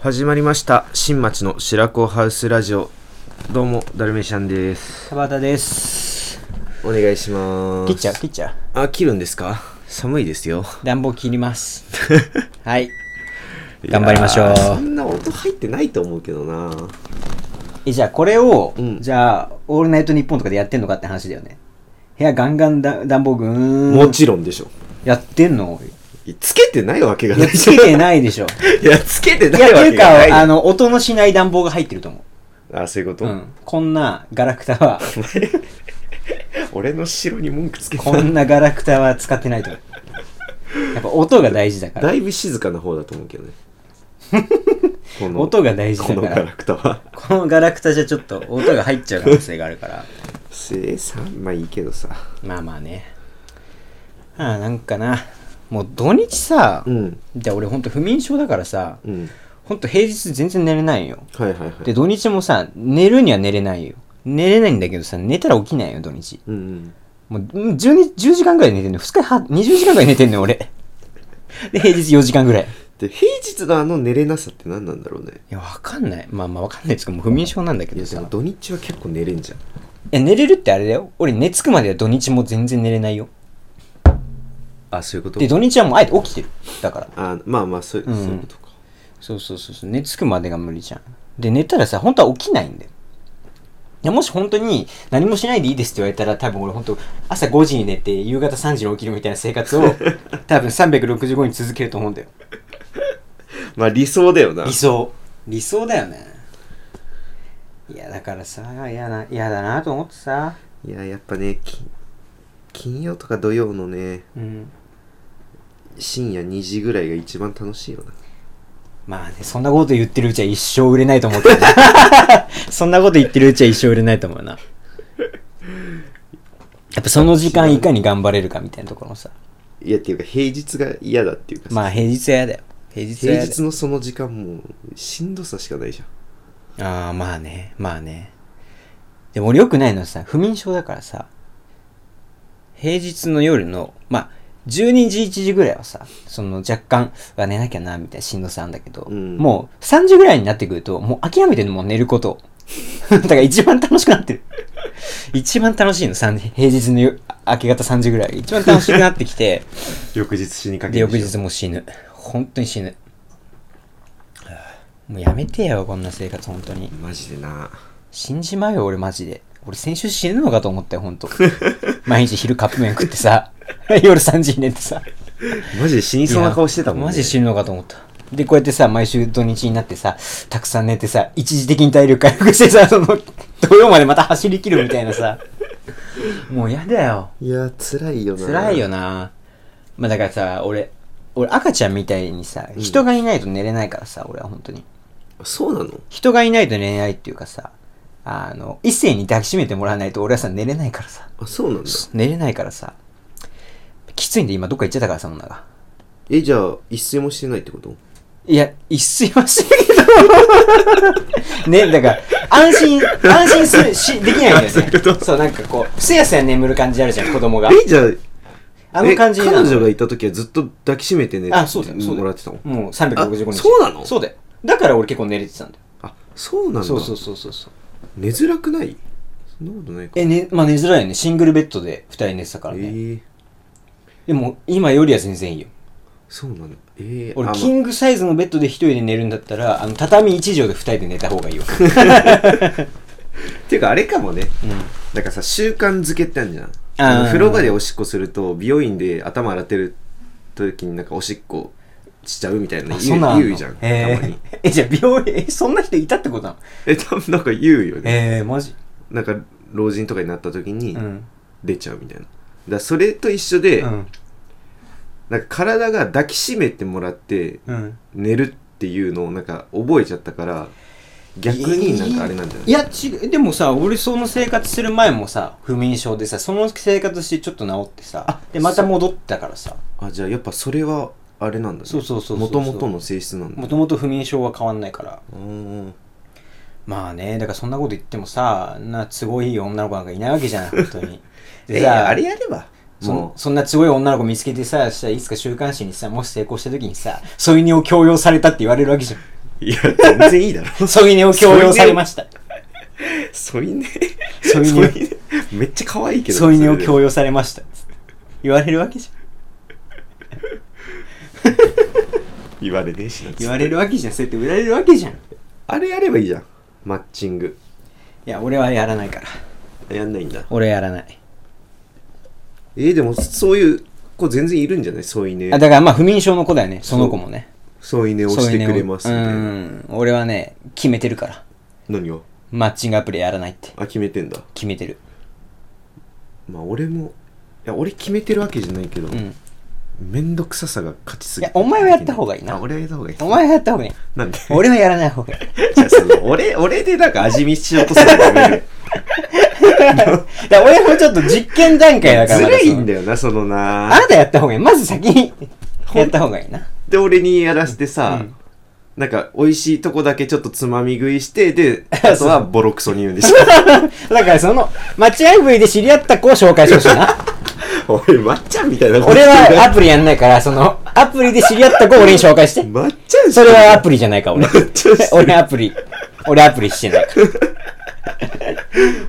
始まりました新町の白子ハウスラジオどうもダルメシャンです田畑ですお願いします切っちゃう切っちゃうあ切るんですか寒いですよ暖房切ります はい 頑張りましょういやーそんな音入ってないと思うけどなえじゃあこれを、うんじゃあ「オールナイトニッポン」とかでやってんのかって話だよね部屋ガンガンだ暖房ぐーんもちろんでしょやってんのつけてないわけがいなやいつけてないでしょいやつけて いなやいっわていけうがないかあの音のしない暖房が入ってると思あそういうこう、と、うん、こんなガラクタ は俺の城に文句つけこんなガラクタは使ってないと思うやっぱ音が大事だからだいぶ静かな方だと思うけど ねこの音が大事こだのかガらラクタはこのガラクタじゃちょっと音が入っちゃう可能性があるからせーさんまあいいけどさまあまあねああなんかなもう土日さ、うんで俺ほんと不眠症だからさうんほんと平日全然寝れないよはいはいはいで土日もさ寝るには寝れないよ寝れないんだけどさ寝たら起きないよ土日うんうんもううん 10, 10時間ぐらい寝てんの2日は20時間ぐらい寝てんのよ俺 で平日4時間ぐらいいで平日のあの寝れなさって何なんだろうねやわかんないまあまあわかんないですけどもう不眠症なんだけいやどでさも土日は結構寝れんじゃんいや寝れるってあれだよ俺寝つくまでは土日も全然寝れないよあそういうことで土日はもうあえて起きてるだからあまあまあそう,、んそういうことかそうそうそうそう寝つくまでが無理じゃんで寝たらさ本当は起きないんだよいやもし本当に何もしないでいいですって言われたら多分俺本当朝5時に寝て夕方3時に起きるみたいな生活を 多分365に続けると思うんだよまあ理想だよな理想理想だよねいやだからさ嫌な嫌だなと思ってさいややっぱねき金曜とか土曜のねうん深夜2時ぐらいが一番楽しいよなまあねそんなこと言ってるうちは一生売れないと思うけどねそんなこと言ってるうちは一生売れないと思うなやっぱその時間いかに頑張れるかみたいなところもさいやっていうか平日が嫌だっていうかさまあ平日は嫌だよ平日は平嫌だ日のその時間もうしんどさしかないじゃんああまあねまあねでも俺よくないのはさ不眠症だからさ平日の夜のまあ12時1時ぐらいはさその若干は寝なきゃなみたいなしんどさなんだけど、うんもう3時ぐらいになってくるともう諦めてるのもう寝ること をだから一番楽しくなってる一番楽しいの3時平日の夜明け方3時ぐらいが一番楽しくなって きて翌日死にかでる翌でしょ日もう死ぬ本当に死ぬはあもうやめてよこんな生活本当にマジでな死んじまうよ俺マジで俺先週死ぬのかと思ったよ本当 毎日昼カップ麺食ってさ 夜3時に寝てさマジで死にそうな顔してたもんねマジで死ぬのかと思ったでこうやってさ毎週土日になってさたくさん寝てさ一時的に体力回復してさその土曜までまた走り切るみたい なさもうやだよいや辛いよな辛いよなまあだからさ俺俺赤ちゃんみたいにさ人がいないと寝れないからさ、俺は本当にそうなの人がいないと寝れないっていうかさあの異性に抱きしめてもらわないと俺はさ寝れないからさあそうなんだ寝れないからさきついんで今どっか行っちゃったからさ女がえじゃあ一睡もしてないってこといや一睡はしてるけど ねだから安心安心するしできないんだよねそういうことそうなんかこうすやすや眠る感じあるじゃん子供がえじゃああの感じえなの彼女がいた時はずっと抱きしめてねあそうだよそうだよもらってたもんもう365日あそうなのそうだよだから俺結構寝れてたんだよあそうなんだそうそうそうそうそう寝づらくないそんなことないかえ、ね、まあ寝づらいよねシングルベッドで2人寝てたからね、えー、でも今よりは全然いいよそうなのえー、俺あキングサイズのベッドで一人で寝るんだったらあの畳1畳で二人で寝た方がいいよ、ま っていうかあれかもねうん、なんかさ習慣づけってあるじゃんあーあの風呂場でおしっこすると美容院で頭洗ってる時になんかおしっこしちゃうみたいな言うあん言うじゃんたまえにー、 えじゃあ美容院えそんな人いたってことなのえ多分なんか言うよねえー、マジなんか老人とかになった時にうん、出ちゃうみたいなだからそれと一緒で、うんなんか体が抱きしめてもらってうん、寝るっていうのをなんか覚えちゃったから逆になんかあれなんじゃないいや違うでもさ俺その生活する前もさ不眠症でさその生活してちょっと治ってさでまた戻ったからさあじゃあやっぱそれはあれなんだねそうそうそうそうもともとの性質なんだもともと不眠症は変わんないからうーんまあねだからそんなこと言ってもさな都合いい女の子なんかいないわけじゃん本当 にえさあれやればそものそんなすごい女の子見つけてさ、したらいつか週刊誌にさ、もし成功した時にさ、添い寝を強要されたって言われるわけじゃん。いや、全然いいだろ。 添い寝を強要されました。添い寝添い添寝い寝めっちゃ可愛いけど。添い寝をそれで強要されました。言われるわけじゃん。言われねえしな。言われるわけじゃん。そうやって売られるわけじゃん。いあれやればいいじゃん。マッチング。や、俺はやらないから。やんないんだ。俺やらない。えー、でも、そういう子全然いるんじゃない添い寝あ。だからまあ不眠症の子だよね。その子もね。添い寝をそうしいてうねくれますうみたいな。ん。俺はね、決めてるから。何をマッチングアプリやらないって。あ、決めてんだ。決めてる。まあ、俺も、いや、俺決めてるわけじゃないけど、うん。めんどくささが勝ちすぎていやお前はやった方がいいなあ俺はやった方がいい。お前がやった方がいい。なんで 俺はやらない方がいい。じゃあその俺、俺でなんか味見しようとするのや める。だから俺もちょっと実験段階だからずまだるそいのんだよな、そのなあ。なたやった方がいい。まず先にやった方がいいな。で、俺にやらせてさ、うんなんか、美味しいとこだけちょっとつまみ食いして、 で、あとはボロクソに言うんでしょ。だからその、待合部位で知り合った子を紹介してほし いな。おい、まっちゃんみたいなこと俺言うなはアプリやんないから、その、アプリで知り合った子を俺に紹介 して。まっちゃんそれはアプリ。リじゃないか、俺めっちゃ知ってる。 俺アプリ。俺アプリしてないから。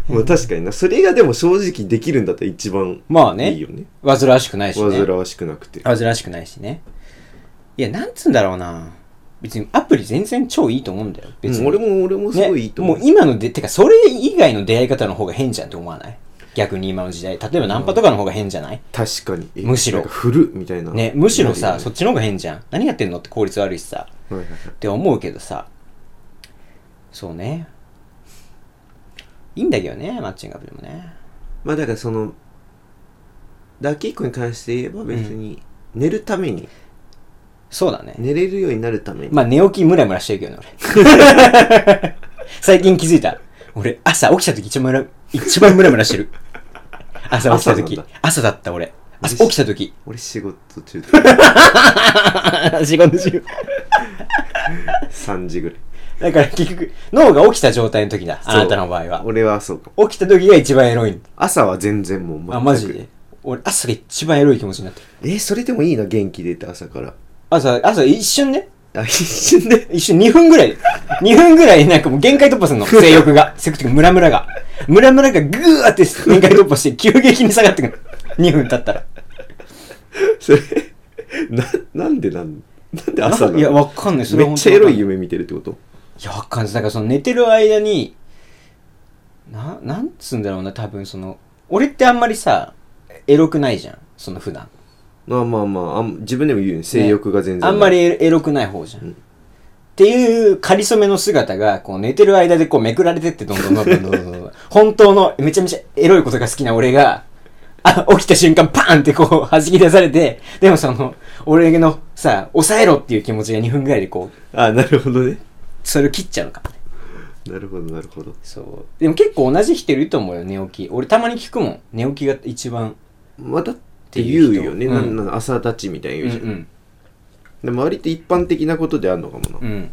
まあ確かにな。それがでも正直できるんだったら一番まあねいいよね。煩わしくないしね。煩わしくなくて。煩わしくないしね。いや、なんつうんだろうな。別にアプリ全然超いいと思うんだよ。別に。うん俺も、俺もすごいいいと思う。ね、もう今ので、てかそれ以外の出会い方の方が変じゃんって思わない逆に今の時代。例えばナンパとかの方が変じゃない、確かに。えむしろなんか振るみたいな。ね、むしろさ、はいそっちの方が変じゃん。何やってんのって効率悪いしさ。はいはいって思うけどさ。そうね。いいんだけどね、マッチングアプリもね。まあだからその、ラッキー君に関して言えば別に、寝るために、そうだね。寝れるようになるために。まあ寝起きムラムラしてるけどね、俺。 最近気づいた。俺、朝起きた時一番ムラ、一番ムラムラしてる。朝起きた時。朝な朝んだだった俺。朝起きた時。俺仕事中で 仕事中。 3時ぐらい。だから結局、脳が起きた状態の時だ。あなたの場合は。俺はそうかも。起きた時が一番エロい。朝は全然もう全くあ、マジで。俺、朝が一番エロい気持ちになってる。え、それでもいいな、元気出て朝から。朝、朝一瞬ね。あ、一瞬で。 一瞬2分ぐら い。2分ぐらいなんかもう限界突破す んの。性欲が。性欲っていうかムラムラが。ムラムラがぐーって 限界突破して急激に下がってくる。2分経ったら。それ、な、なんでなん、なんで朝なのいや、わかんない。それめっちゃエロいよ。夢見てるってこといや、わかんない。だからその寝てる間に、な、なんつうんだろうな、多分その、俺ってあんまりさ、エロくないじゃん。その普段。まあまあまあ、あん自分でも言うよね。性欲が全然ない、あんまりエロくない方じゃん。うんっていう仮初めの姿が、こう寝てる間でこうめくられてってどんどんどんどんどんどんどんどん本当のめちゃめちゃエロいことが好きな俺が、あ起きた瞬間パーンってこう弾き出されて、でもその、俺のさ、抑えろっていう気持ちが2分ぐらいでこう、あ、なるほどね。 それを切っちゃうのかもね。なるほど、なるほど。そう。でも結構同じ人いると思うよ、寝起き。俺たまに聞くもん。寝起きが一番。まあだって言うよね。っていう人なうんん、なん朝立ちみたいな言うんううじゃん。ん。でも割と一般的なことであるのかもな。うん。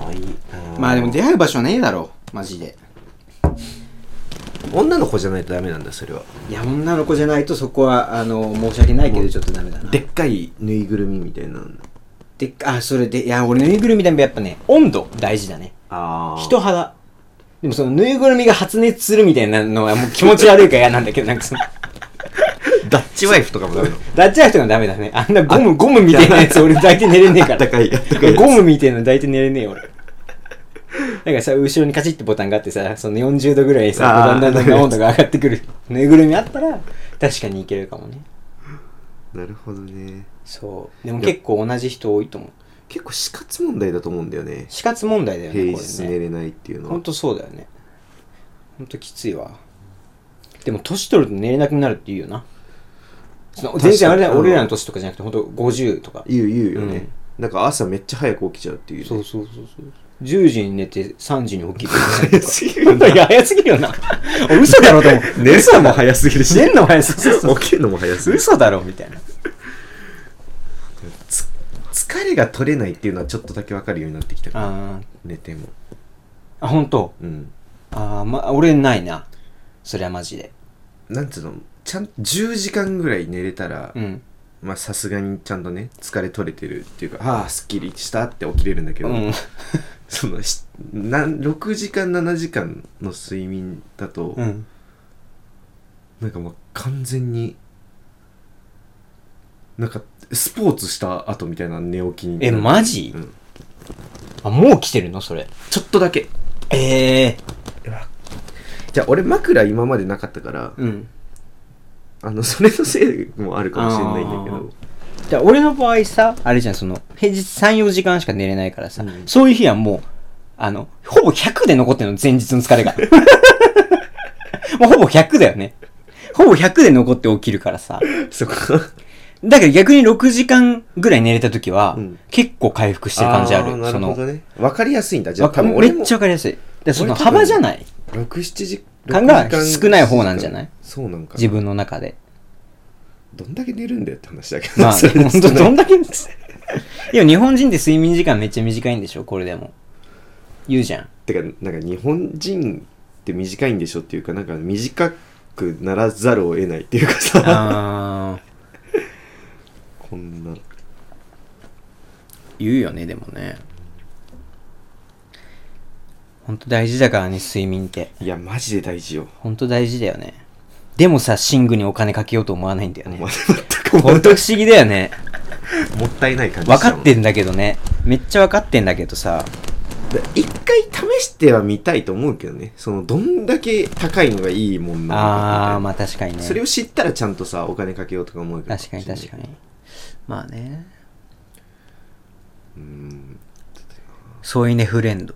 あいい出会う場所ねえだろ、マジで。女の子じゃないとダメなんだそれはいや、女の子じゃないとそこは、あの、申し訳ないけど、ちょっとダメだな。でっかいぬいぐるみみたいなでっかあ、それで、いや、俺、ぬいぐるみでもやっぱね、温度大事だね。あ人肌。でもその、ぬいぐるみが発熱するみたいなのは、もう気持ち悪い から嫌なんだけど、なんかその、ダッチワイフとかもダメなの ダッチアイトがダメだね。あんなゴム、ゴムみたいなやつ、俺抱いて寝れねえかあったら。かいあったかいゴムみたいなの抱いて寝れねえよ、俺。なんかさ、後ろにカチッてボタンがあってさ、その40度ぐらいにさ、あーだんだんだんだん温度が上がってくる。ぬいぐるみあったら、確かにいけるかもね。なるほどねそう。でも結構同じ人多いと思う。結構死活問題だと思うんだよね死活問題だよね、平こ日れ寝ね。れないっていうのほはんとそうだよね。ほんときついわ。でも、年取ると寝れなくなるって言うよな。その確か全に然あれだよ、うん俺らの年とかじゃなくて、ほんと50とか。言う言うよね、うんなんか朝めっちゃ早く起きちゃうっていう、ね、そうそうそうそう。10時に寝て3時に起きる。早すぎるないや、 早すぎるよな。お嘘だろ、でも。 寝るのも早すぎるし 寝るの早すぎる。 起きるのも早すぎる嘘だろ、みたいな。疲れが取れないっていうのはちょっとだけ分かるようになってきたからあー寝てもあ、ほんと。うんあーま、俺ないな。それはマジで。なんつうのちゃんと10時間ぐらい寝れたら、うん。まあさすがにちゃんとね疲れ取れてるっていうかああすっきりしたって起きれるんだけど、うんそのしなん6時間7時間の睡眠だと、うんなんかもう完全になんかスポーツした後みたいな寝起きにえマジうんあもう来てるのそれちょっとだけええじゃあ俺枕今までなかったからうんあのそれのせいもあるかもしれないんだけあどじゃあ俺の場合さあれじゃんその平日34時間しか寝れないからさ、うんそういう日はもうあのほぼ100で残ってるの前日の疲 れがもうほぼ100だよねほぼ100で残って起きるからさそこだから逆に6時間ぐらい寝れた時は、うん結構回復してる感じあるーなそるのほどね分かりやすいんだじゃあわ多分め俺っもちゃわかりやすいでその俺多分幅じゃない67時間が6時間少ない方なんじゃないそうなんかな自分の 中でどんだけ寝るんだよって話だけどまあ、それで本当少ないどんだけです。いや、日本人って睡眠時間めっちゃ短いんでしょこれでも。言うじゃん。てかなんか日本人って短いんでしょっていうかなんか短くならざるを得ないっていうか さあーこんな言うよね、でもね。本当大事だからね、睡眠って。いやマジで大事よ本当大事だよね。でもさ、寝具にお金かけようと思わないんだよねま。全く本当不思議だよね。もったいない感じ分かってるんだけどね。めっちゃ分かってんだけどさ。一回試してはみたいと思うけどねそのどんだけ高いのがいいもんなのあー、かまあ確かみたいにね。なそれを知ったらちゃんとさお金かけようとか思うけど確かに確かに。まあね。うんそういうね、フレンド。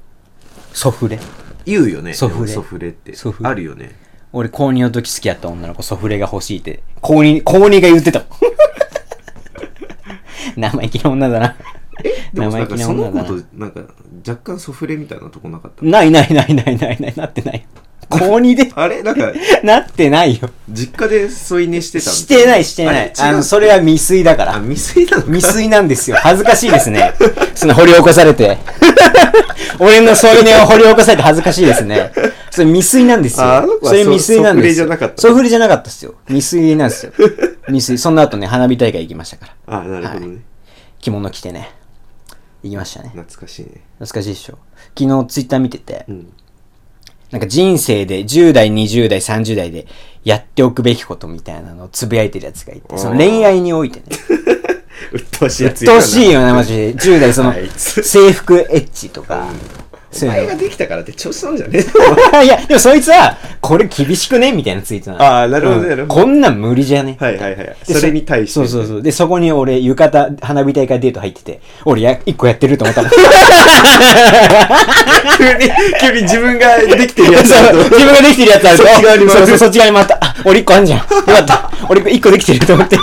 ソフレ。言うよねソフレでもソフレってソフレあるよ ね俺、高2の時好きやった女の子、ソフレが欲しいって、高2、高2が言ってた。 生意気な女だな。でもな生意ん気かなその子女だとな。なんか若干ソフレみたいなとこなかった、ないないないないないない、なってない。高2であれなんかなってないよ。実家で添い寝してたしてない、してない。あの、それは未遂だかあら。未遂なのか未遂なんですよ。恥ずかしいですね。その掘り起こされて。俺の添い寝を掘り起こされて恥ずかしいですね。それ未遂なんですよああの。子はそれ未遂なんですソフレじゃよ。なかったソフレじゃなかったですよ。未遂なんですよ。未遂。その後ね、花火大会行きましたから。あなるほどね、着物着てね。行きましたね。懐かしいね懐かしいでしょ。昨日ツイッター見ててう、んなんか人生で10代、20代、30代でやっておくべきことみたいなのをつぶやいてるやつがいて、その恋愛においてね。鬱陶しいやつ鬱陶るしいよな、マジで。10代、そのあい、つ制服エッチとか。おそうい前うがの。できたからって調子なんじゃ ねえいや、でもそいつは、これ厳しくねみたいなツイートなのあーなるほどなるほどうんこんなん無理じゃねはいはいはいでそれに対してそうそうそう。で、そこに俺、浴衣、花火大会デート入ってて、俺や、一個やってると思ったもん。急に急に自分ができてるやつだそうと自分ができてるやつあるとそっち側に回るそうそうそっち側に回ったあ俺一個あんじゃんよかった俺一個できてると思って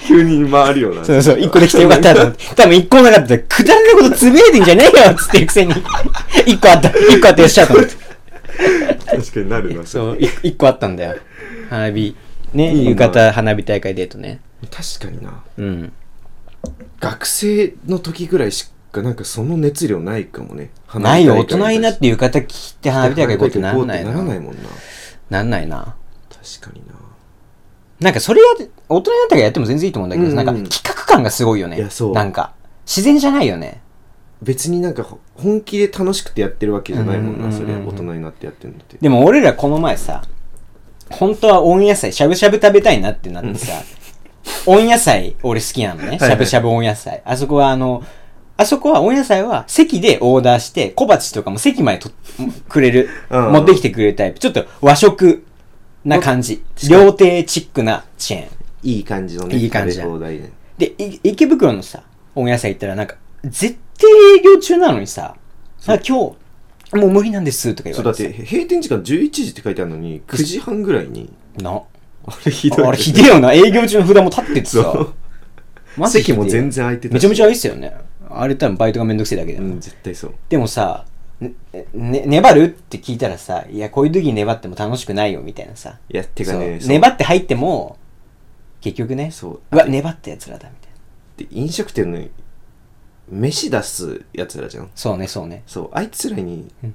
急に回るようなそうそう一個できてよかったと思って多分一個もなかったらくだらないことつぶやいてんじゃねえよっつってるくせに一個あった一個あったよっしゃと思って 確かになるなそうい一個あったんだよ花火ねいいな浴衣花火大会デートね確かになうん学生の時ぐらいしかなんかその熱量ないかもねないよ大人になってて浴衣着て花火大会行こうってならないならないなもんななんないな確かにななんかそれやって大人になったからやっても全然いいと思うんだけど、うんうんなんか企画感がすごいよねいやそうなんか自然じゃないよね別になんかほ本気で楽しくてやってるわけじゃないもんうんなうんうそんうんれ大人になってやってるのってでも俺らこの前さ、本当は温野菜、しゃぶしゃぶ食べたいなってなってさ、温野菜俺好きなのね。しはいゃぶしゃぶ温野菜。あそこはあの、あそこは温野菜は席でオーダーして、小鉢とかも席までとくれる、うん持ってきてくれるタイプ。ちょっと和食な感じ。料亭チックなチェーン。いい感じのねいい感じだ食べ放題ねで、い池袋のさ、温野菜行ったらなんか、絶対営業中なのにさ、あ今日、もう無理なんですとか言そうわだれってて閉店時間11時って書いてあるのに9時半ぐらいにさ。な。あれひあれひでえよな。営業中の札も立っててそさう。マジひ席でえも全然空いてたしめちゃめちゃいいっすよね。あれ多分バイトがめんどくせえだけだうよ、ん絶対そうでもさ、ね、ね粘るって聞いたらさ、いや、こういう時に粘っても楽しくないよみたいなさ。いやてかねそそうう粘って入っても、結局ね、そうわ、粘ったやつらだみたいな。で飲食店の飯出すやつらじゃんそうね、そう ね。そうあいつらにうん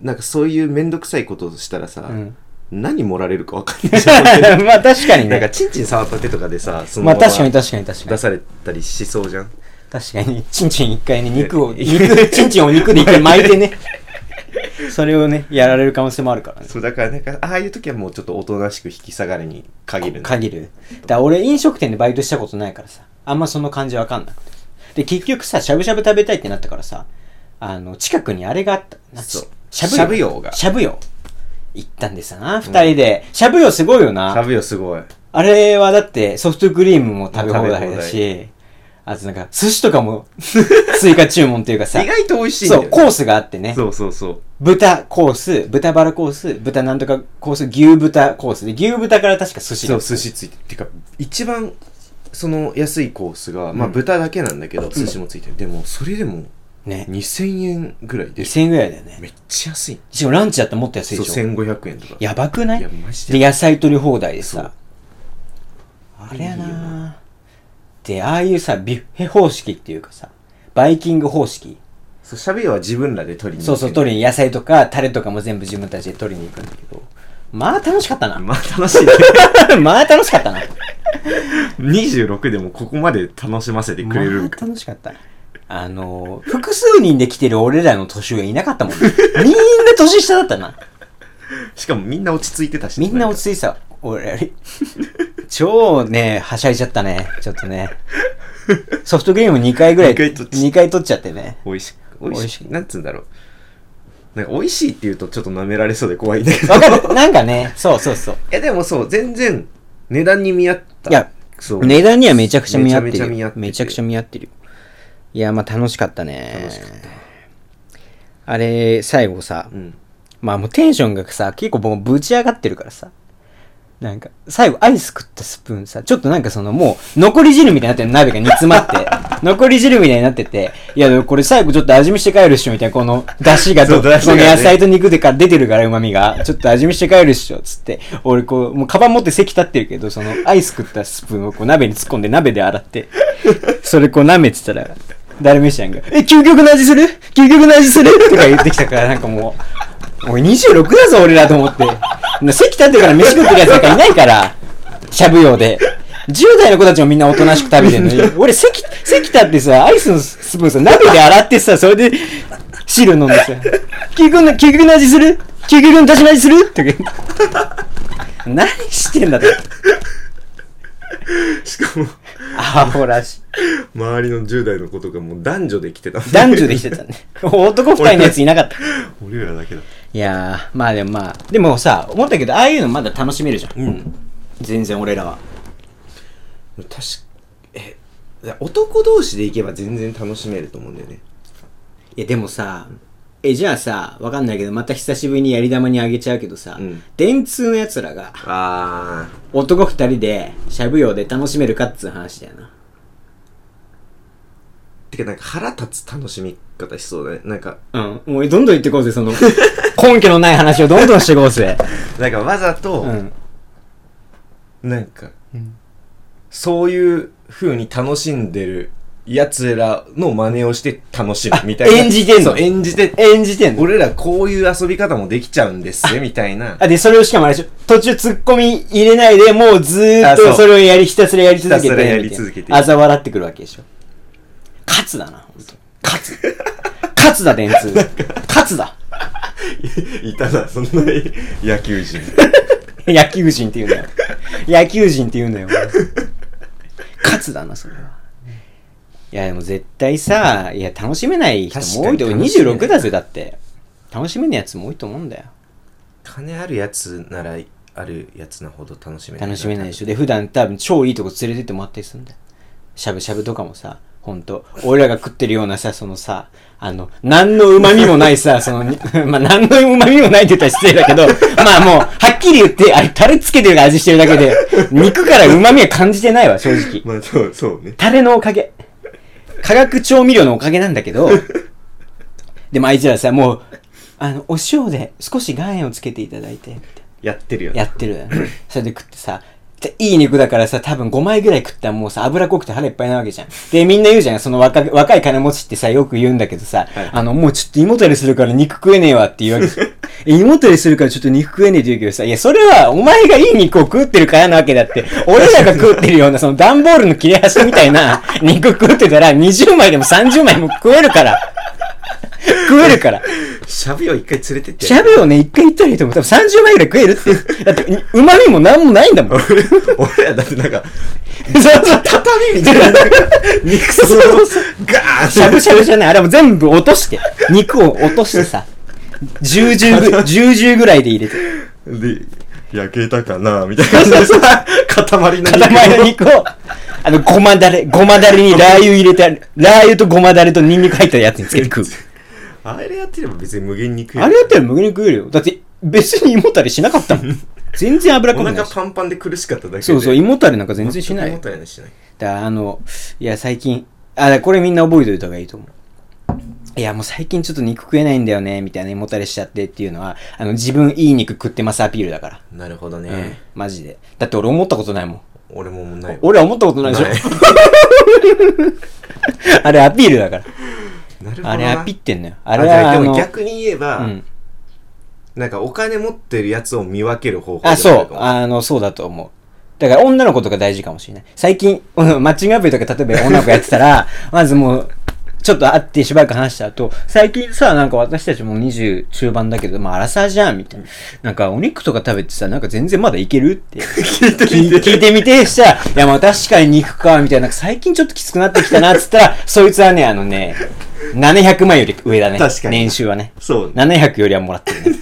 なんかそういう面倒くさいことをしたらさ、うん何盛られるか分かんないじゃん本当にまあ 確かになんかね。チンチン触った手とかでさそのまあ確かに出確かに確かに。されたりしそうじゃん確かに、チンチン一回ね、肉を、ね肉、チンチンを肉で一回巻いてね。それをね、やられる可能性もあるからね。そうだからなんかああいう時はもうちょっとおとなしく引き下がりに限るね限る。だから俺飲食店でバイトしたことないからさ、あんまその感じわかんなくて。で、結局さ、しゃぶしゃぶ食べたいってなったからさ、あの、近くにあれがあった。なそうしゃぶしゃぶ用がしゃぶ用。行ったんですよな、二人で。しゃぶ用すごいしよゃな。ぶよすごいあれはだってソフトクリームも食べ放題食べだ放し、あとなんか寿司とかも 追加注文というかさ意、外と美味しいんだよそう、コースがあってね。そうそうそう豚コース、豚バラコース、豚なんとかコース、牛豚コースで、牛豚から確か寿司そがう寿司ついてってか一番その安いコースがまあうん豚だけなんだけど、寿司もついてるでもそれでもね。 2000円ぐらいで2000円ぐらいだよね。めっちゃ安いしかもランチだったらもっと安いそうでしょ。 1500円とかやばくないいやマジでで、野菜取り放題でそうさ。あれやいいよなで、ああいうさ、ビュッフェ方式っていうかさ、バイキング方式。そうしゃべりは自分らで取りにそうそう、取りに、野菜とか、タレとかも全部自分たちで取りに行くんだけど。まあ楽しかったな。まあ楽しいね まあ楽しかったな。 26でもここまで楽しませてくれるんかまあ楽しかった。あの、複数人で来てる俺らの年上いなかったもん ね。みんな年下だったな。しかもみんな落ち着いてたしみんな落ちち着いてた。俺らよ り、超ね、はしゃいじゃったね。ちょっと ね。ソフトクリーム2回ぐら二い、回取っち2回取っちゃってね。美味し美美味味ししいなんつうんだろうなんか美味しいって言うとちょっと舐められそうで怖いんだけどわいか るなんかね、そうそうそう。やでもそう全然値段に見合ったいやそう値段にはめちゃくちゃ見合ってるめちゃよ。めちゃ見合っててめちゃくちゃ見合ってるよ。いや、まあ楽しかったね。楽しかったあれ、最後さ、うんまあもうテンションがさ、結構もうぶち上がってるからさ。なんか、最後アイス食ったスプーンさ、ちょっとなんかそのもう、残り汁みたいになってる鍋が煮詰ま って、残り汁みたいになってて、いや、でもこれ最後ちょっと味見して帰るっしょ、みたいな、この、出汁がど、そう出汁こがのね野菜と肉でから出てるから、旨味が。ちょっと味見して帰るっしょ、つって。俺こう、もうカバン持って席立ってるけど、その、アイス食ったスプーンをこう鍋に突っ込んで鍋で洗って、それこう舐めてたら、ダルメシアンが、え、究極の味する究極の味するとか言ってきたから、なんかもう、俺26だぞ、俺らと思って。 な席立ってから飯食ってるやつなんかいないから、しゃぶ用で。10代の子たちもみんなおとなしく食べてるの に、俺席、席立ってさ、アイスのスプーンさ、鍋で洗ってさ、それで汁飲んで さ、究極の、究極の味する究極の出汁の味するとか言って。 何してんだと。しかもアホらしい。周りの10代の子とかもう男女で来てた男女で来てたね。男二人のやついなかった。 俺らだけだ いやー、まあでもまあ、でもさ、思ったけど、ああいうのまだ楽しめるじゃん。うん全然俺らは。確かえ男同士で行けば全然楽しめると思うんだよねいや、でもさ、え、じゃあさ、わかんないけど、また久しぶりにやり玉にあげちゃうけどさ、うん電通のやつらが、ああ男二人で、しゃぶ用で楽しめるかっつう話だよな。てかなんか腹立つ楽しみ方しそうだねなんかうん。もうどんどん言ってこうぜ、 その、根拠のない話をどんどんしてこうぜ。なんかわざと、うん。なんか、そういう風に楽しんでる奴らの真似をして楽しむみたいな。演じてんのそう、演じて、演じてんの俺らこういう遊び方もできちゃうんですね、みたいな。あ、で、それをしかもあれでしょ途中突っ込み入れないで、もうずーっあそとうそれをやり、ひたすらやり続けて。ひたすらやり続けてあざ笑ってくるわけでしょ。勝つだな、本当に勝つ。勝つだ、電 通。勝つだ。 いたな、そんな野球人。 野球人って言うんだよ。野球人って言うんだよ。勝つだな、それは。いや、でも絶対さ、いや、楽しめない人も多いと思確かう。に楽しめない26だぜ、だって。楽しめないやつも多いと思うんだよ。 金あるやつなら、あるやつなほど楽しめない。楽しめないでしょで普段多分超いいとこ連れてってもらったりするんだよしゃぶしゃぶとかもさほんと俺らが食ってるようなさそのさあの何の旨味もないさ そのにまあ何の旨味もないって言ったら失礼だけど まあもうはっきり言ってあれタレつけてる味してるだけで肉から旨味は感じてないわ正直 まあ、そう、そうね。タレのおかげ化学調味料のおかげなんだけどでもあいつらさもうあのお塩で少し岩塩をつけていただいてみたいなやってるよね。 やってるそれで食ってさ対いい肉だからさ、多分5枚ぐらい食ったらもうさ、脂濃くて腹いっぱいなわけじゃん。で、みんな言うじゃん。その若若い金持ちってさ、よく言うんだけどさ、はいあの、もうちょっと胃もたれするから肉食えねえわって言うわけ え胃もたれするからちょっと肉食えねえって言うけどさ、いや、それはお前がいい肉を食ってるからなわけだって、俺らが食ってるような、その段ボールの切れ端みたいな肉食ってたら、20枚でも30枚も食えるから。食えるから。シャビを一回連れてって。シャブをね、一回言ったらいいと思う。多分30枚ぐらい食え るって。だって、うまみもなんもないんだもん。俺 俺らだってなんか、そう そう、畳みたいな、肉そのそうそガーンしゃぶしゃぶじゃない。あれも全部落として。肉を落としてさ。重々 ぐ、重々ぐらいで入れて。で、焼けたかなみたいな感じでさ、塊の肉を塊の肉を、あの、ごまだれ、ごまだれにラー油入れてある、ラー油とごまだれとニンニク入ったやつにつけて 食う。あれやってれば別に無限に食える。あれやったら無限に食えるよ。だって、別に胃もたれしなかったもん。 全然脂っこおくない腹し。パンパンで苦しかっただけで。そうそう、胃もたれなんか全然し全ない然よも。たれなしない。だからあの、いや、最近、あ、これみんな覚えておいた方がいいと思う。いや、もう最近ちょっと肉食えないんだよね、みたいな、胃もたれしちゃってっていうのは、あの、自分いい肉食ってますアピールだから。なるほどうんね。、マジで。だって俺思ったことないもん。俺ももうないわ。俺は思ったことないでしょ。ない あれアピールだから。 なるほどな。あれアピってんのよ。ああれれはあでもの、逆に言えば、うん。なんかお金持ってるやつを見分ける方法あ、でもそるう。か もあの、そうだと思う。だから女の子とか大事かもしれない。最近、 うんマッチングアプリとか例えば女の子やってたら、 まずもう、ちょっと会ってしばらく話した後、最近さ、なんか私たちもう20中盤だけど、まあ、アラサーじゃん、みたいな。なんか、お肉とか食べてさ、なんか全然まだいけるって。 聞いてみて。聞いてみて、したら、いや、まあ確かに肉か、みたいな。なんか最近ちょっときつくなってきたな、つったら、そいつはね、あのね、700万より上だね。確かに年収はね。そう。 700よりはもらってるね。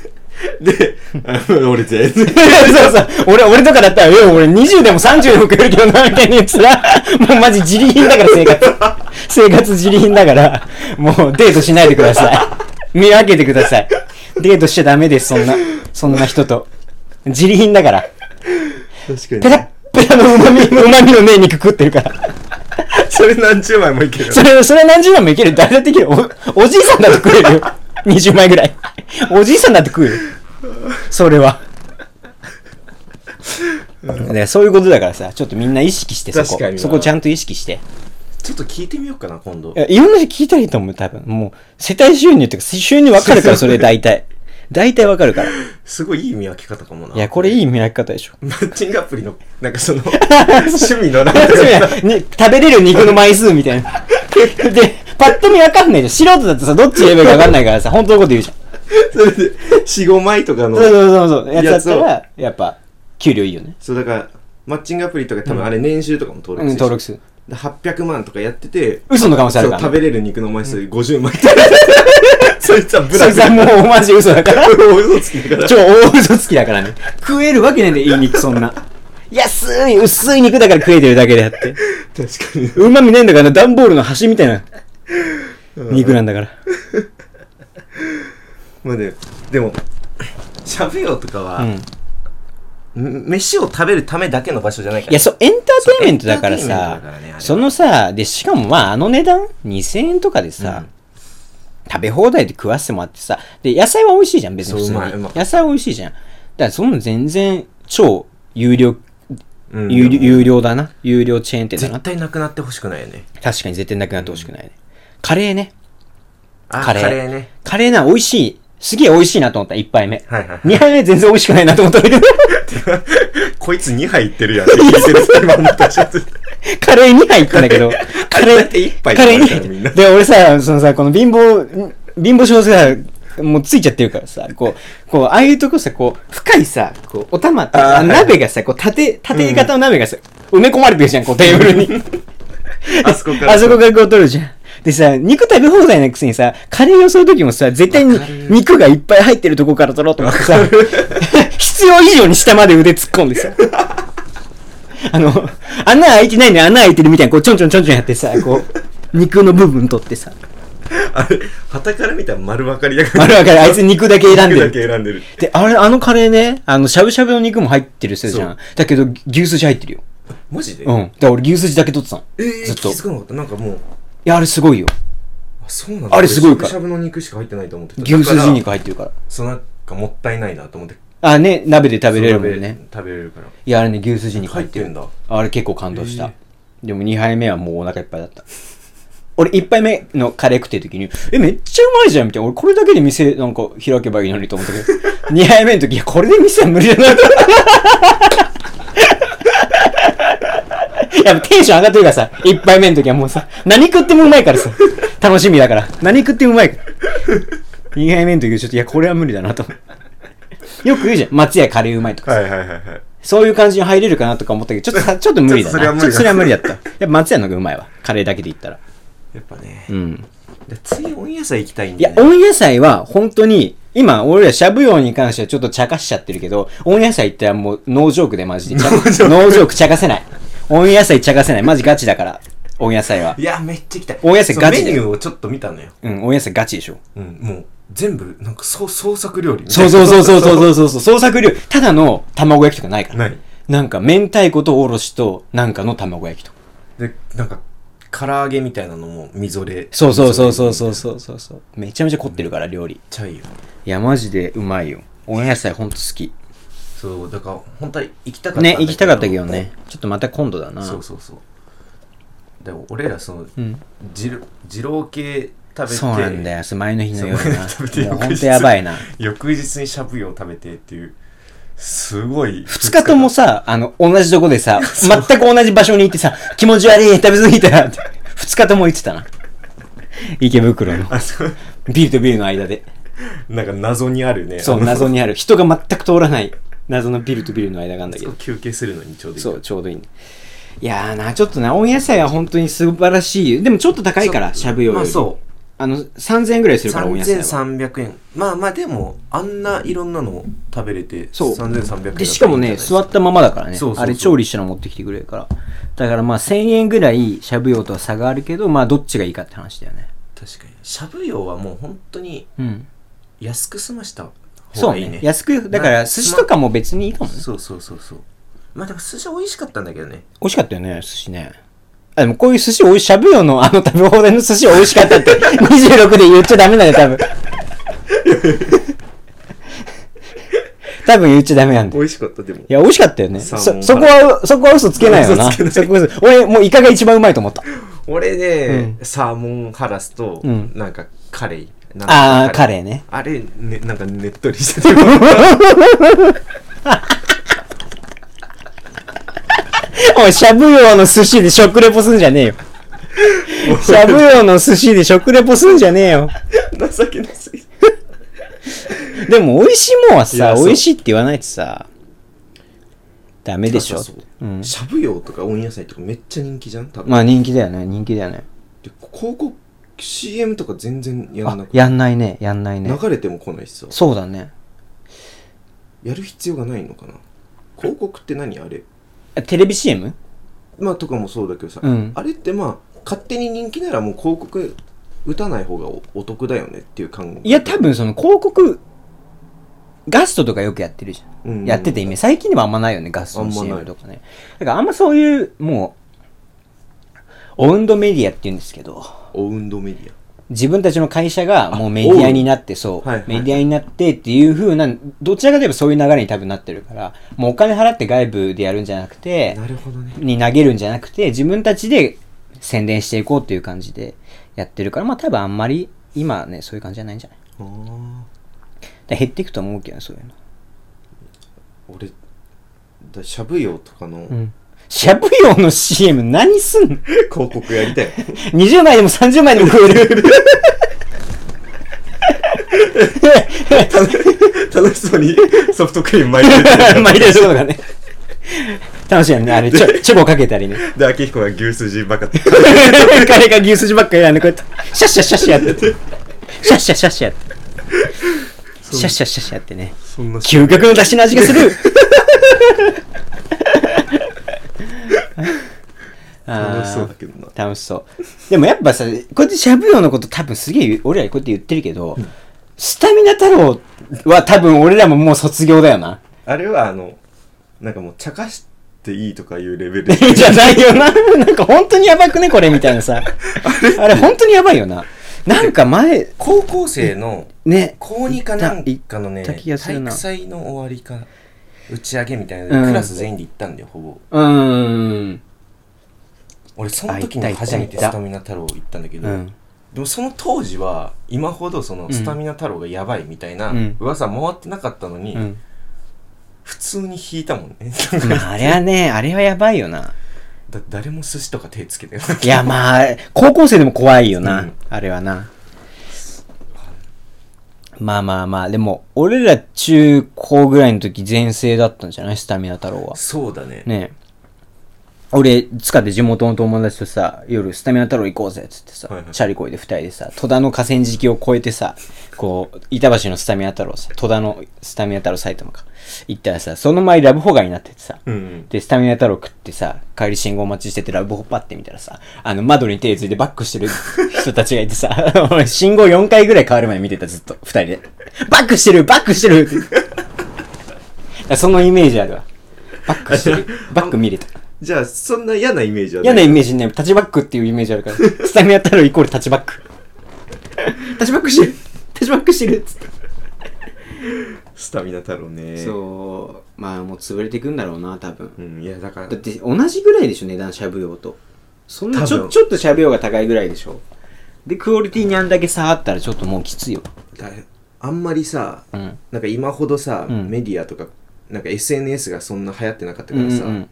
で、あの俺全然。そうそう。俺、俺とかだったら、え、俺20でも30でも食えるけどな、みたいなやつら、 もうマジ自利品だから生活。 生活自利品だから、もうデートしないでください。 見分けてください。デートしちゃダメです、そんな、そんな人と。自利品だから。確ペかラに。ッペラの旨味、旨味のねえ肉食ってるから。それ何十枚もいける。それ、それ何十万もいける。誰だっていける。お、おじいさんだって食えるよ。20枚ぐらい。おじいさんだって食うよ。それは。だからそういうことだからさ、ちょっとみんな意識してそこ確かに。なそこちゃんと意識して。ちょっと聞いてみようかな、今度い。やいろんな人聞いたらいいと思う、多分。もう、世帯収入っていうか、収入わかるから、それ大体。大体わかるから。いすごいいい見分け方かもな。や、これいい見分け方でしょ。 マッチングアプリの、なんかその、趣味のなんか そうやね食べれる肉の枚数みたいな。で、パッと見わかんないじゃん。素人だってさ、どっち言えばいいかわかんないからさ、本当のこと言うじゃん。それで、4、5枚とかのそう、そうそうそう。やつだやっつたをら、やっぱ、給料いいよね。そうだから、マッチングアプリとか多分あれ年収とかも登う録ん、してる登録する。で800万とかやってて、嘘の可能性あそるうから食ね。べれる肉の枚数50枚 そいつはブそラいつはブもうマジ嘘だ から。ラ嘘つきだから超大嘘つきだからね。食えるわけないんだよ、いい肉そんな。安い、薄い肉だから食えてるだけであ って。確かにうまみないんだから、段ボールの端みたいな肉なんだから。まあねでもしゃべようとかうは、ん。ん飯を食べるためだけの場所じゃないかいや、らそう、エンターテインメントだからそうエンターテインメントさだからねあれ、はそのさ、で、しかもまあ、あの値段 ?2000 円とかでさ、食べ放題で食わせてもらってさ、で、野菜は美味しいじゃん、別に普通そううまいうにまい。野菜は美味しいじゃん。だから、そんなの全然、超有料、うん、有でも有料だな。有料チェーン店だな絶。対なくなってほしくないよね確かに絶対なくなってほしくないね。カレーね。あカレーねカレーな、美味しい。すげえ美味しいなと思った、1杯目。はいはいはい2杯目全然美味しくないなと思ったんだけど、こいつ2杯いってるやん聞いてる今も確かにカレー2杯いったんだ けど、カレーだって1杯カレーとかだかにらみんなで、俺さ、そのさ、この貧乏、ん貧乏症さ、もうついちゃってるからさ、こう、こう、ああいうとこさ、こう、深いさ、こう、お玉ってあーさ、鍋がさ、こう、縦、縦型の鍋がさ、埋め込まれてるじゃん、こう、テーブルに。あそこからあそこがこう取るじゃん。でさ、肉食べ放題のくせにさ、カレーをするときもさ、絶対にわかる肉がいっぱい入ってるとこから取ろうと 思ってさ、必要以上に下まで腕突っ込んでさ、あの、穴開いてないのに穴開いてるみたいな、こう、ちょんちょんちょんちょんやってさ、こう、肉の部分取ってさ、あれ旗から見たら丸分かりだからあれわかる、あいつ肉だけ選んで肉だる。け選んでるで、あれ、あのカレーね、あの、しゃぶしゃぶの肉も入ってるせいじゃそん。だけど、牛すじ入ってるよ。マジで、うん。だから俺牛すじだけ取ってたの。えー、ずっと気づかなかったなんかもういや、あれすごいよ。あそうなんだあれすごい俺からしゃぶしゃぶの肉しか入ってないと思ってた牛すだかじら肉入ってるから。そうなんかもったいないなと思ってあ、ね、鍋で食べれるもんね。食べれるからいや、あれね、牛すじ肉入入っっててるるんだあれ結構感動した。へえでも2杯目はもうお腹いっぱいだった。俺1杯目のカレー食ってる時に、え、めっちゃうまいじゃんみたいな。俺これだけで店なんか開けばいいのにと 思ったけど、2杯目の時、いや、これで店は無理だな。やっぱテンション上がってるからさ、1杯目の時はもうさ、何食ってもうまいからさ、楽しみだから。何食ってもうまいから。2杯目の時はちょっと、いや、これは無理だなと思って。よく言うじゃん。松屋カレーうまいとかさ。はいはいはいはいそういう感じに入れるかなとか思ったけど、ちょっと さ、ちょっと無理だな。ちょっとそれは無理だちょっとそれは無理だった。やっ ぱ松屋の方がうまいわ。カレーだけで言ったら。やっぱねうん。で次温野菜行きたいんいだやよ、、ね、。温野菜は本当に、今、俺らしゃぶ用に関してはちょっと茶化しちゃってるけど、温野菜ってもうノージョークでマジで。ノージョーク。ノージョーク茶化せない。温野菜茶化せない。マジガチだから。温野 菜はいやめっちゃ行きたい温野菜ガチそうでメニューをちょっと見たのようん、温野菜ガチでしょ。うんもう全部なんかそう創作料理みたいそうなそうそうそうそうそうそう。創作料理。ただの卵焼きとかないから。ないなんか明太子とおろしとなんかの卵焼きとか。でなんか唐揚げみたいなのもみぞれそうそうそうそうそうそうそうそう。めちゃめちゃ凝ってるから、料理。めっちゃいいよいや、マジでうまいよ。温野菜ほんと好き。そうだから本当は行きたかったんだね、行きたかったけどね。ちょっとまた今度だな。そうそうそうでも俺らそのうん。二郎二郎系食べてそうなんだよ。それ前の日の夜な。そう食べてもうほ翌んと日やばいな。翌日にしゃぶ用食べてっていうすごい二日ともさ、あの、同じとこでさ、全く同じ場所に行ってさ、気持ち悪い、食べ過ぎたなって。二日とも行ってたな。池袋の。あそうビルとビルの間で。 なんか謎にあるねそう、あの謎にある。人が全く通らない。謎のビルとビルの間があるんだけど。休憩するのにちょうどいいそう、ちょうどいいね。いやーな、ちょっとな、温野菜は本当に素晴らしい。でもちょっと高いから、しゃぶ用より。まあそうあの、3000円ぐらいするから、温野菜は。 3300円まあまあでもあんないろんなの食べれてそう3300円で、しかもね、座っったままだからね。そうそうそうあれ、調理したの持ってきてくれるから。だからまあ、1000円ぐらい、しゃぶ用とは差があるけど、まあ、どっちがいいかって話だよね。確かにしゃぶ用はもう本当にうん。安く済ました方そうがいいねね。安く、だから、寿司とかも別にいいかもね。そうそうそうそうまあでも寿司は美味しかったんだけどね美味しかったよね、寿司ね。あ、でもこういう寿司美味しい、しゃぶ用のあの食べ放題の寿司美味しかっ たって、26で言っちゃダメだよ、多分。多分言っちゃダメなんだよ。味しかったでもいや、美味しかったよね。サそ、ーモンそこは、そこは嘘つけないよな。嘘つけないそこは嘘俺、もうイカが一番うまいと思った。俺ね、うサーモンハラスと、うんなんかカレイなんあー、かカレーね。あれ、ね、なん かねっとりしてておい、しゃぶ用の寿司で食レポすんじゃね えよ。しゃぶ用の寿司で食レポすんじゃねえよ。情けなすぎでも、美味しいもんはいさ、やそう美味しいって言わないとさ、ダメでしょ。そうそううそんう。しゃぶ用とか温野菜とかめっちゃ人気じゃん多分、まあ人気だよね、人気だよね。で広告 CM とか全然やんなあく、てやんないね、やんないね。流れても来ないしさそうだね。やる必要がないのかな広告って何あれあテレビ CM? まあとかもそうだけどさ、うんあれってまあ勝手に人気ならもう広告打たない方がおお得だよねっていう感覚いや、多分その広告、ガストとかよくやってるじゃん。うんやってて今、最近ではあんまないよね、ガストのあんまな CM いとかね。だからあんまそういう、もう、オウンドメディアって言うんですけど、オウンドメディア自分たちの会社がもうメディアになって、そう、はいはいメディアになってっていう風な、どちらかといえばそういう流れに多分なってるから、もうお金払って外部でやるんじゃなくて、なるほどねに投げるんじゃなくて、自分たちで宣伝していこうっていう感じでやってるから、まあ多分あんまり今ね、そういう感じじゃないんじゃないああだから減っていくと思うけどね、そういうの。俺だしゃぶ用とかのうん。しゃぶ用の CM 何すんの広告やりたい ?20 枚でも30枚でも増え る。 楽し そうにソフトクリーム巻い毎年そうだね。楽しいよね、あれ、チョチョコかけたりね。で明彦が牛すじばかって 彼が牛すじばっかりなんで、こうやって、シャッシャッシャッシャッやって。シャッシャッシャッシャッやって。シャッシャッシャッシャッやってね。そんな究極の出汁の味がする 楽しそうだけどなあー楽しそうでもやっぱさこうやってしゃぶ用のこと多分すげえ俺らこうやって言ってるけど、スタミナ太郎は多分俺らももう卒業だよな あれはあのなんかもう茶化していいとかいうレベルで じゃないよななんか本当にやば くねこれみたいなさあれ本当にやばいよななんか前高校生のね高2かなん行っかのね行った気がす体るな育祭の終わりか打ち上げみたいなうのんでクラス全員で行ったんだよほぼたうーん俺その時に初めてスタミナ太郎行ったんだけど、うんでもその当時は今ほどそのスタミナ太郎がやばいみたいなうん噂回ってなかったのに、うん普通に引いたもんね まああれはねあれはやばいよなだ誰も寿司とか手つけてなかったいやまあ高校生でも怖いよな、うんあれはなまあまあまあでも俺ら中高ぐらいの時全盛だったんじゃないスタミナ太郎はそうだねねえ俺塚で地元の友達とさ夜スタミナ太郎行こうぜっつってさ、はいはいチャリこいで2人でさ戸田の河川敷を越えてさこう板橋のスタミナ太郎さ戸田のスタミナ太郎埼玉か行ったらさその前ラブホガになっててさ、うんで、スタミナ太郎食ってさ、帰り信号待ちしててラブホッパって見たらさ、あの、窓に手ついてバックしてる人たちがいてさ、 俺信号4回ぐらい変わるまで見てた、ずっと、二人で。バックしてるバックしてるってだからそのイメージあるわ。バックしてる。バック見れた。じゃあそんな嫌なイメージは嫌なイメージね、タッチバックっていうイメージあるから。スタミナ太郎イコールタッチバック。タッチバックしてるタッチバックしてるっつって。スタミナ太郎ねそう、まあもう潰れていくんだろうな、多分。うんいやだからだって同じぐらいでしょ値段しゃぶ用とそんなち多ょ分ちょっとしゃぶ用が高いぐらいでしょでクオリティにあんだけ差あったらちょっともうきついよだあんまりさ、うんなんか今ほどさ、うんメディアとかなんか SNS がそんな流行ってなかったうかんらうんさ、うん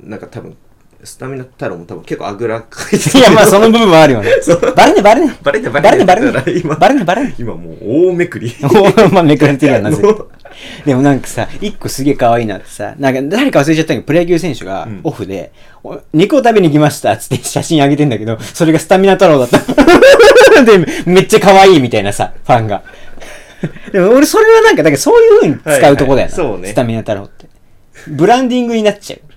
なんか多分スタミナ太郎も多分結構あぐらかいていやまあそのの部分はあるよねそうバレねバレねバレてババレレてねバレねバだから今レねバレね 今もう大めく りおまあめくられてるよなぜもうでもなんかさ一個すげえ可愛いなってさなんか誰か忘れちゃったけどプロ野球選手がうんオフで、お肉を食べに来ましたっつって 写真あげてんだけどそれがスタミナ太郎だった でめっちゃ可愛いみたいなさファンが でも俺それはなんかだからそういう風に使うとこだよな、はいはいそうねスタミナ太郎ってブランディングになっちゃう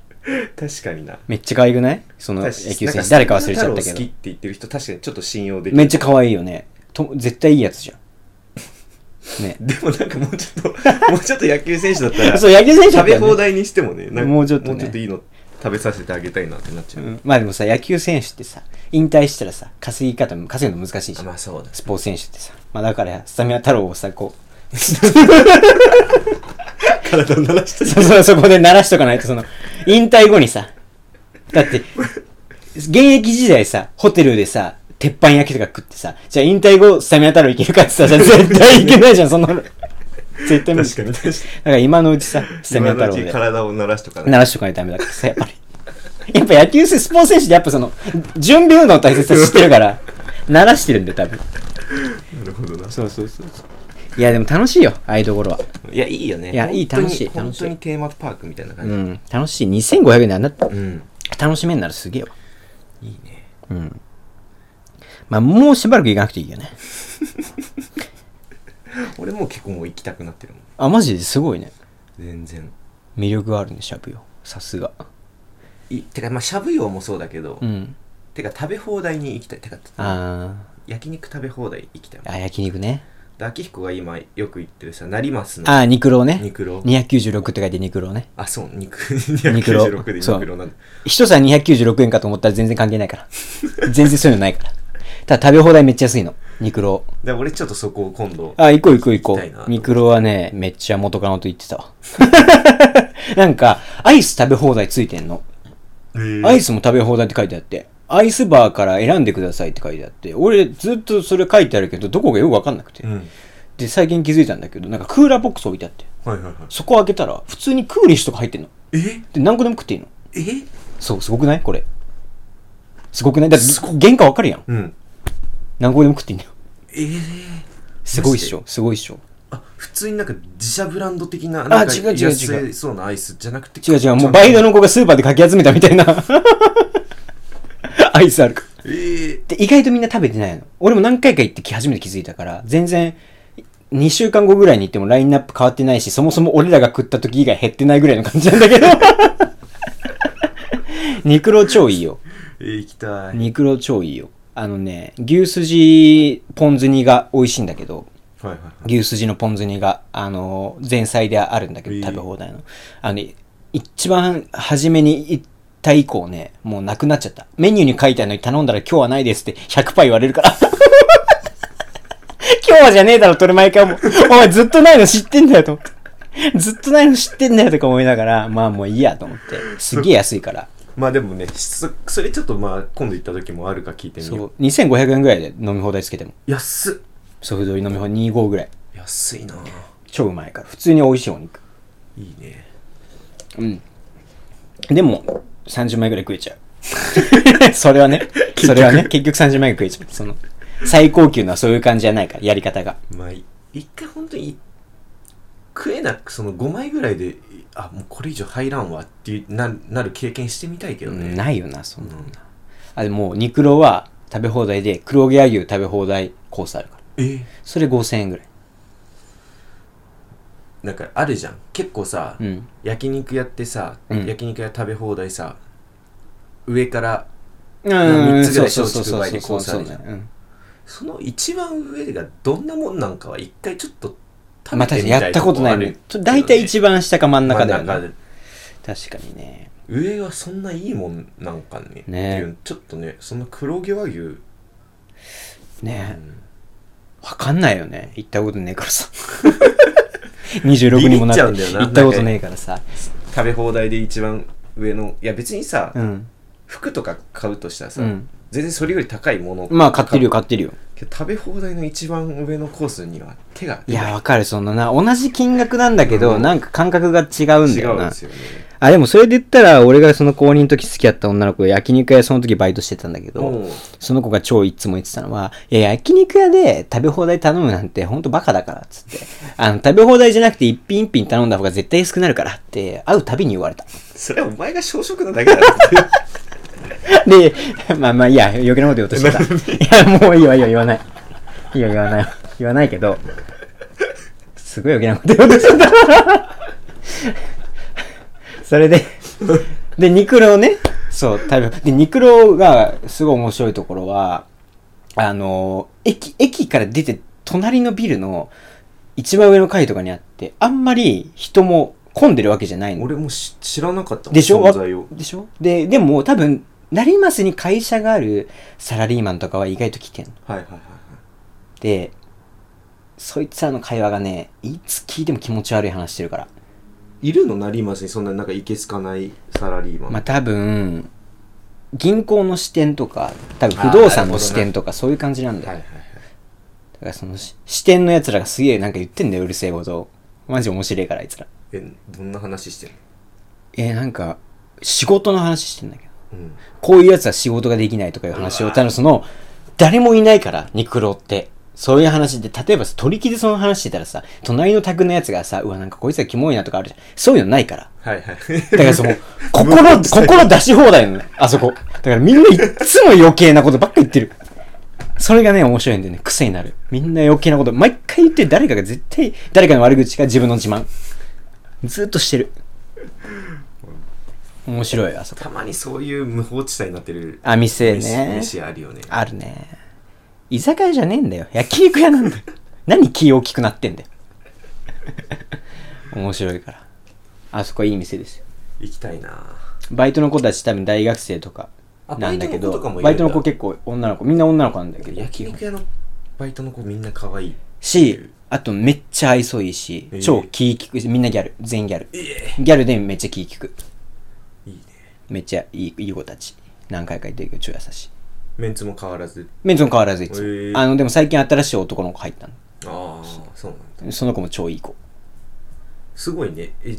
確かになめっちゃ可愛くないその野確かに球な選ん手誰か忘れスちゃったタミナ太郎好きけって言ってる人確かにちょっと信用でどきるめっちゃ可愛いよねと絶対いいやつじゃんねでもなんかもうちょっと もうちょっと野球選手だったら そう野球選手だっ食たよべね放題にしてもねなんかもうちょっとねもうちょっといいの食べさせてあげたいなってなっちゃう、うんまあでもさ野球選手ってさ引退したらさ稼ぎ方も稼ぐの難しいじゃん、まあそうだスポーツ選手ってさまあだからスタミナ太郎をさこう 体を鳴らして そそそこで鳴らしとかないとその引退後にさだって現役時代さホテルでさ鉄板焼きとか食ってさじゃあ引退後スタミナ太郎いけるかってさじゃ あ絶対いけないじゃんそんなの絶対無理確かに確かにだから今のうちさスタミナ今太のう郎ちで体を鳴らしとか鳴らしとかないとダメだからさ、やっぱり。 やっぱ野球選手、スポーツ選手ってやっぱその、準備運動の大切さ知ってる から、鳴らしてるんだよ、多分。なるほどなそうそうそう。いや、でも楽しいよ、ああいうところは。いやいいよねいやいい本当に楽しい本楽しい当にテーマパークみたいなう感ん、楽しい。2500円であんな、じうん楽しめんならすげえわ。いいねうん。まあ、もうしばらく行かなくていいよね。俺もう結構もう行きたくなってるもんあ、マジですごいね。全然魅力があるね、しゃぶよ。さすが。いてかまあしゃぶ用もそうだけど、うん。てか食べ放題に行きたいてかあ焼肉食べ放題行きたいー、あ、焼肉ね。で秋彦が今よく行ってるさ成増のあー、肉郎ね。肉郎296って書いて肉郎ね。あそう肉肉郎296でそう肉郎なんだ一皿296円かと思ったら全然関係ないから。 全然そういうのないから。ただ食べ放題めっちゃ安いの。肉郎。で俺ちょっとそこを今度あ、行こう行こう行こ行きたいなう。肉郎はね、めっちゃ元カノと言ってたわ。 なんか、アイス食べ放題ついてんの。えーアイスも食べ放題って書いてあって。アイスバーから選んでくださいって書いてあって。俺ずっとそれ書いてあるけど、どこがよくわかんなくてう。んで、最近気づいたんだけど、なんかクーラーボックス置いてあって。はいはいはいそこ開けたら、普通にクーリッシュとか入ってんの。えで、何個でも食っていいの。えそう、すごくないこれ。すごくないだって、原価わかるやん。うん何個でも食っていいんだよ。えーすごいっしょ、すごいっしょ。あ普通になんか自社ブランド的ななんか違う違う違う安いそうなアイスじゃなくて違う違う、もうバイトの子がスーパーでかき集めたみたいな。 アイスあるか。えー、で、意外とみんな食べてないの。俺も何回か行ってき初めて気づいたから、全然、2週間後ぐらいに行ってもラインナップ変わってないし、そもそも俺らが食った時以外減ってないぐらいの感じなんだけど。 肉ロ超いいよ。えー、行きたい、肉ロ超いいよ。あのね、牛すじポン酢煮が美味しいんだけど、はいはいはい牛すじのポン酢煮が、あの、前菜であるんだけえど、ー食べ放題の。あの、い一番初めに行った以降ね、もうなくなっちゃった。メニューに書いてあるのに頼んだら今日はないですって100%言われるから。今日 今日はじゃねえだろ、トルマイカも。お前ずっとないの知ってんだよ、と思って。ずっとないの知ってんだよ、とか思いながら、まあもういいや、と思って。すげえ安いから。まあでもねそそれちょっとまあ今度行った時もあるか聞いてみそようう。2500円ぐらいで飲み放題つけても。安っソフトリ飲み放題25ぐらい。安いな超うまいから。普通に美味しいお肉。いいねうん。でも、30枚ぐらい食えちゃ う。それはね。それはね。結局30枚ぐらい食えちゃう。その、最高級のはそういう感じじゃないから、やり方が。まあい一回本当に食えなくその5枚ぐらいであもうこれ以上入らんわっていうななる経験してみたいけどね、うんないよな、そんなのうんな。あ、でも、肉ロは食べ放題で、黒毛和牛食べ放題コースあるから。えそれ5000円ぐらい。なんかあるじゃん結構さ、うん。焼肉やってさ、うん焼肉屋食べ放題さ上からうん3つぐらいそうそうそう松竹梅にコースあるじゃんそうそうそううんその一番上がどんなもんなんかは一回ちょっと食べまあ確てかみにたいやったことないとねこあ。るけどね大体一番下か真ん中だよ真んね。中で確かにね。上はそんないいもんなんかねねっていうちょっとねその黒毛和牛、うねんわかんないよね。行ったことねえからさ。26にもなってビビっちゃうんだよな行ったことねえからさ。食べ放題で一番上のいや別にさ、うん。服とか買うとしたらさ、うん全然それより高いものまあ買ってるよ買ってるよ。けど食べ放題の一番上のコースには手がいや、わかる。そのな、同じ金額なんだけど、うんなんか感覚が違うんだ違ようんなで。すよねあ、でもそれで言ったら、俺がその高2の時好きだった女の子、焼肉屋その時バイトしてたんだけど、もうその子が超いっつも言ってたのは、いや、焼肉屋で食べ放題頼むなんてほんとバカだから、つって。あの、食べ放題じゃなくて一品一品頼んだ方が絶対安くなるからって、会うたびに言われた。それはお前が小食なだ けだろってで、まあまあ、いや、余計なこと言おうとしてた。いや、もういいわ、いいわ、言わない。いいよ、言わない。言わないけど、すごい余計なこと言おうとしてた。 それで、で、肉郎ね、そう、食べ、で、肉郎がすごい面白いところは、あの、駅、駅から出て、隣のビルの一番上の階とかにあって、あんまり人も混んでるわけじゃないの。俺もし知らなかったもんでしょ存在をでしょで、でも多分、成増に会社があるサラリーマンとかは意外と来てんの。はいはいはいはいで、そいつらの会話がね、いつ聞いても気持ち悪い話してるから。いるのなりますにそんななんかいけつかないサラリーマン、まあ多分、銀行の支店とか、多分不動産の支店とかそういう感じなんだよ。はいはいだからそのし支店の奴らがすげえなんか言ってんだよ、うるせえことを。マジ面白いから、あいつら。えどんな話してんのえー、なんか、仕事の話してんだけど。うんこういうやつは仕事ができないとかいう話を、ただその、誰もいないから、肉郎って。そういう話で、例えばさ取り木でその話してたらさ、隣の宅のやつがさ、うわ、なんかこいつはキモいなとかあるじゃん。そういうのないから。はいはい だからその、心、心出し放題なの、あそこ。だからみんないっつも余計なことばっか言ってる。それがね、面白いんだよね。癖になる。みんな余計なこと、毎回言ってる誰かが絶対、誰かの悪口が自分の自慢。ずっとしてる。面白い、あそ こ。たまにそういう無法地帯になってるあ、店飯ね。飯あるよねあるね。居酒屋じゃねえんだよ。焼肉 屋なんだよ。何気大きくなってんだよ。面白いから。あそこいい店ですよ。行きたいなバイトの子たち多分大学生とかあなんだけど、バイトの子とかもいるんだバイトの子結構女の子、みんな女の子なんだけど、焼肉屋のバイトの子みんな可愛いし、あとめっちゃ愛想いいしえ、ー超気利くし、みんなギャル、全員ギャル。えギャルでめっちゃ気利く。いいねめっちゃいいいい子たち。何回か言ってるけど、超優しい。メンツも変わらずメンズも変わらずいつもえーあの、でも最近新しい男の子入ったああそうなんだの。その子も超いい子。すごいねえ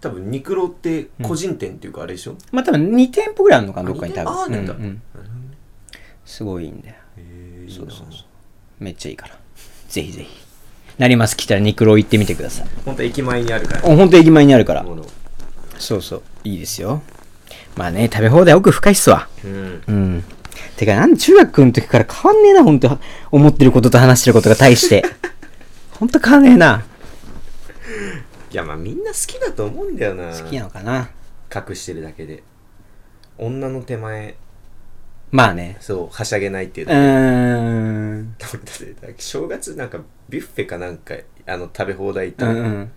多分肉郎って個人店っていうかあれでしょ、まあ多分2店舗ぐらいあるのかな、どっかに多分。あ二店舗あーうなるほんうんどねすごいいいんだよ。えー、いいそうなそうそう。めっちゃいいから。ぜひぜひ。なります来たら肉郎行ってみてください。本当駅前にあるからおほんと駅前にあるから。ものそうそう。いいですよ。まあね、食べ放題奥深いっすわ。うんうん。てか、なんで中学の時から変わんねえな、ほんと。思ってることと話してることが大して。 ほんと変わんねえな。いやまあみんな好きだと思うんだよな好きなのかな。隠してるだけで女の手前まあね。そうはしゃげないっていううだけでーん。だってだって正月なんかビュッフェかなんかあの食べ放題行っうたの、ん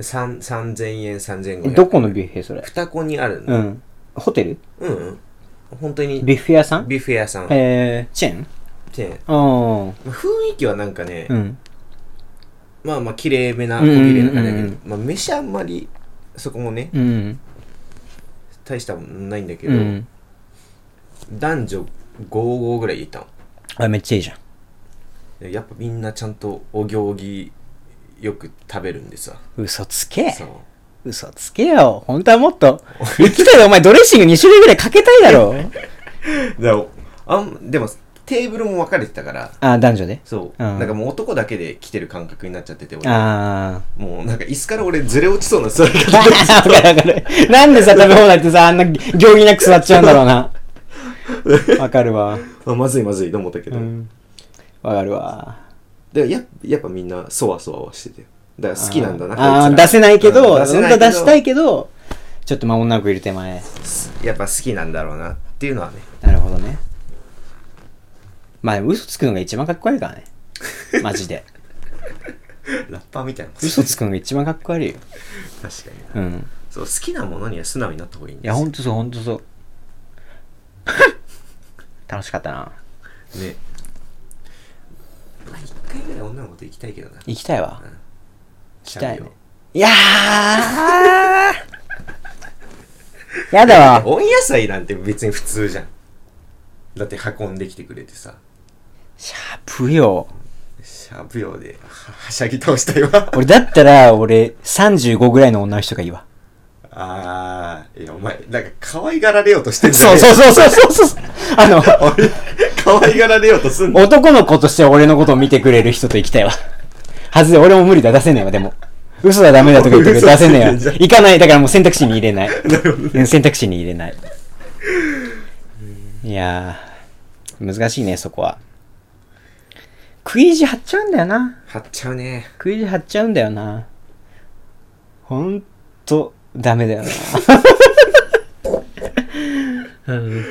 三3000円3500うん。円どこのビュッフェそれ。双子にあるうのん。ホテルうん、うん、本当にビュッフェ屋さんビュッフェ屋さんえー、チェーンて、うん。まあ雰囲気はなんかね、うん。まあまあ綺麗めなう小んうんうんうん綺麗な感じだけど、まあ飯あんまりそこもねうん。大したもんないんだけうど、ん。男女55ぐらいいたのあ、めっちゃいいじゃん。でやっぱみんなちゃんとお行儀よく食べるんでさ嘘つけ。そう嘘つけよ。本当はもっと。言ってたよ、お前ドレッシング2種類ぐらいかけたい だろ。だからあんでもテーブルも分かれてたからあ、男女で。そう、うんなんかもう男だけで来てる感覚になっちゃってて俺あもうなんか椅子から俺ずれ落ちそうな座りあ。わ方 かるわかる。 なんでさ、食べ放題ってさ、あんな行儀なく座っちゃうんだろうな。わかるわ。あまずいまずいと思ったけうど、ん。わかるわ。でややっぱみんなそわそわはしててだから好きなんだなこいつらあー出せないけど、うん出本当せないはけど出したいけど、ちょっとまあ女の子いる手前。やっぱ好きなんだろうなっていうのはねなるほどね。まあでも嘘つくのが一番かっこ悪いから ね。マジで。ラッパーみたいなもん嘘つくのが一番かっこ悪いよ。確かにうん。そう好きなものには素直になった方がいいんいですや、よほんとそう、ほんとそう。 楽しかったな。ねまあ一回ぐらい女の子と行きたいけどな行きたいわ。うん行きたいシャねビ。いやー やだわ。温野菜なんて別に普通じゃんだって運んできてくれてさシャープよ。しゃぶよでははしゃぎ倒したいわ俺だったら、俺、35ぐらいの女の人がいいわ。 あーいやお前なんか可愛がられようとしてんじゃ そうそううそうそうそう そう。あの、可愛がられようとすんの男の子として俺のことを見てくれる人と行きたいわ。はずで、俺も無理だ、出せねえわ、でも。嘘だ、ダメだとか言ってくる嘘出つせ いてんねじえゃわ。ん行かない、だからもう選択肢に入 れない。うん選択肢に入れない。いやー、難しいね、そこは。食い意地張っちゃうんだよな。はっちゃうね食い意地張っちゃうんだよな。ほんと、ダメだよな。うん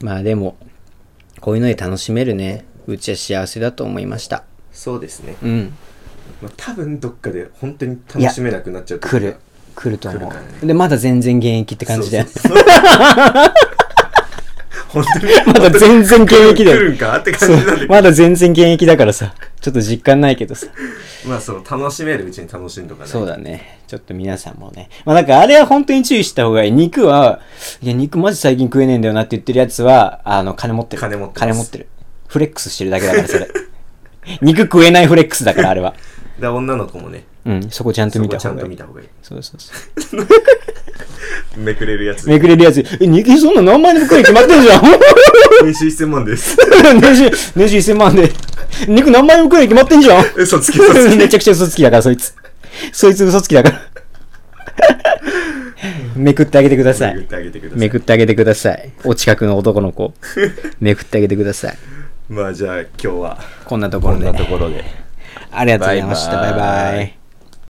まあでも、こういうので楽しめるね。うちは幸せだと思いました。そうですね、うん。まあ、多分どっかで本当に楽しめなくなっちゃう時が来る。来ると思来るからう。で、まだ全然現役って感じだよ。そう そうそう本当にまだ全然現役だ来よ。るんかってそ感じなんだけう。ど、まだ全然現役だからさ。ちょっと実感ないけどさ。まあその楽しめるうちに楽しんとかねそうだね。ちょっと皆さんもね。まあなんかあれは本当に注意した方がいい。肉は、いや肉マジ最近食えねえんだよなって言ってるやつは、あの、金持ってる。金持ってます金持ってる。フレックスしてるだけだから、それ。 肉食えないフレックスだから、あれは。だ女の子もねうん、そこちゃんとそ見こたちゃ方んがとい見い。た方がいいそうそうそう。めくれるやつめくれるやつ、え、肉そんな何万でも食えに決まってるじゃん。 年収1000万です年収、年収1000万で。肉何万でも食えに決まってんじゃん。 嘘つき嘘つきめちゃくちゃ嘘つきだから、そいつ。そいつ嘘つきだから。 めくってあげてくださめいくっ。てあげてくださめいくってあげてください。お近くの男 の子。めくってあげてください。まあじゃあ今日はこんなとこころんでな。ところでありがとうございました。バイバイバイバイ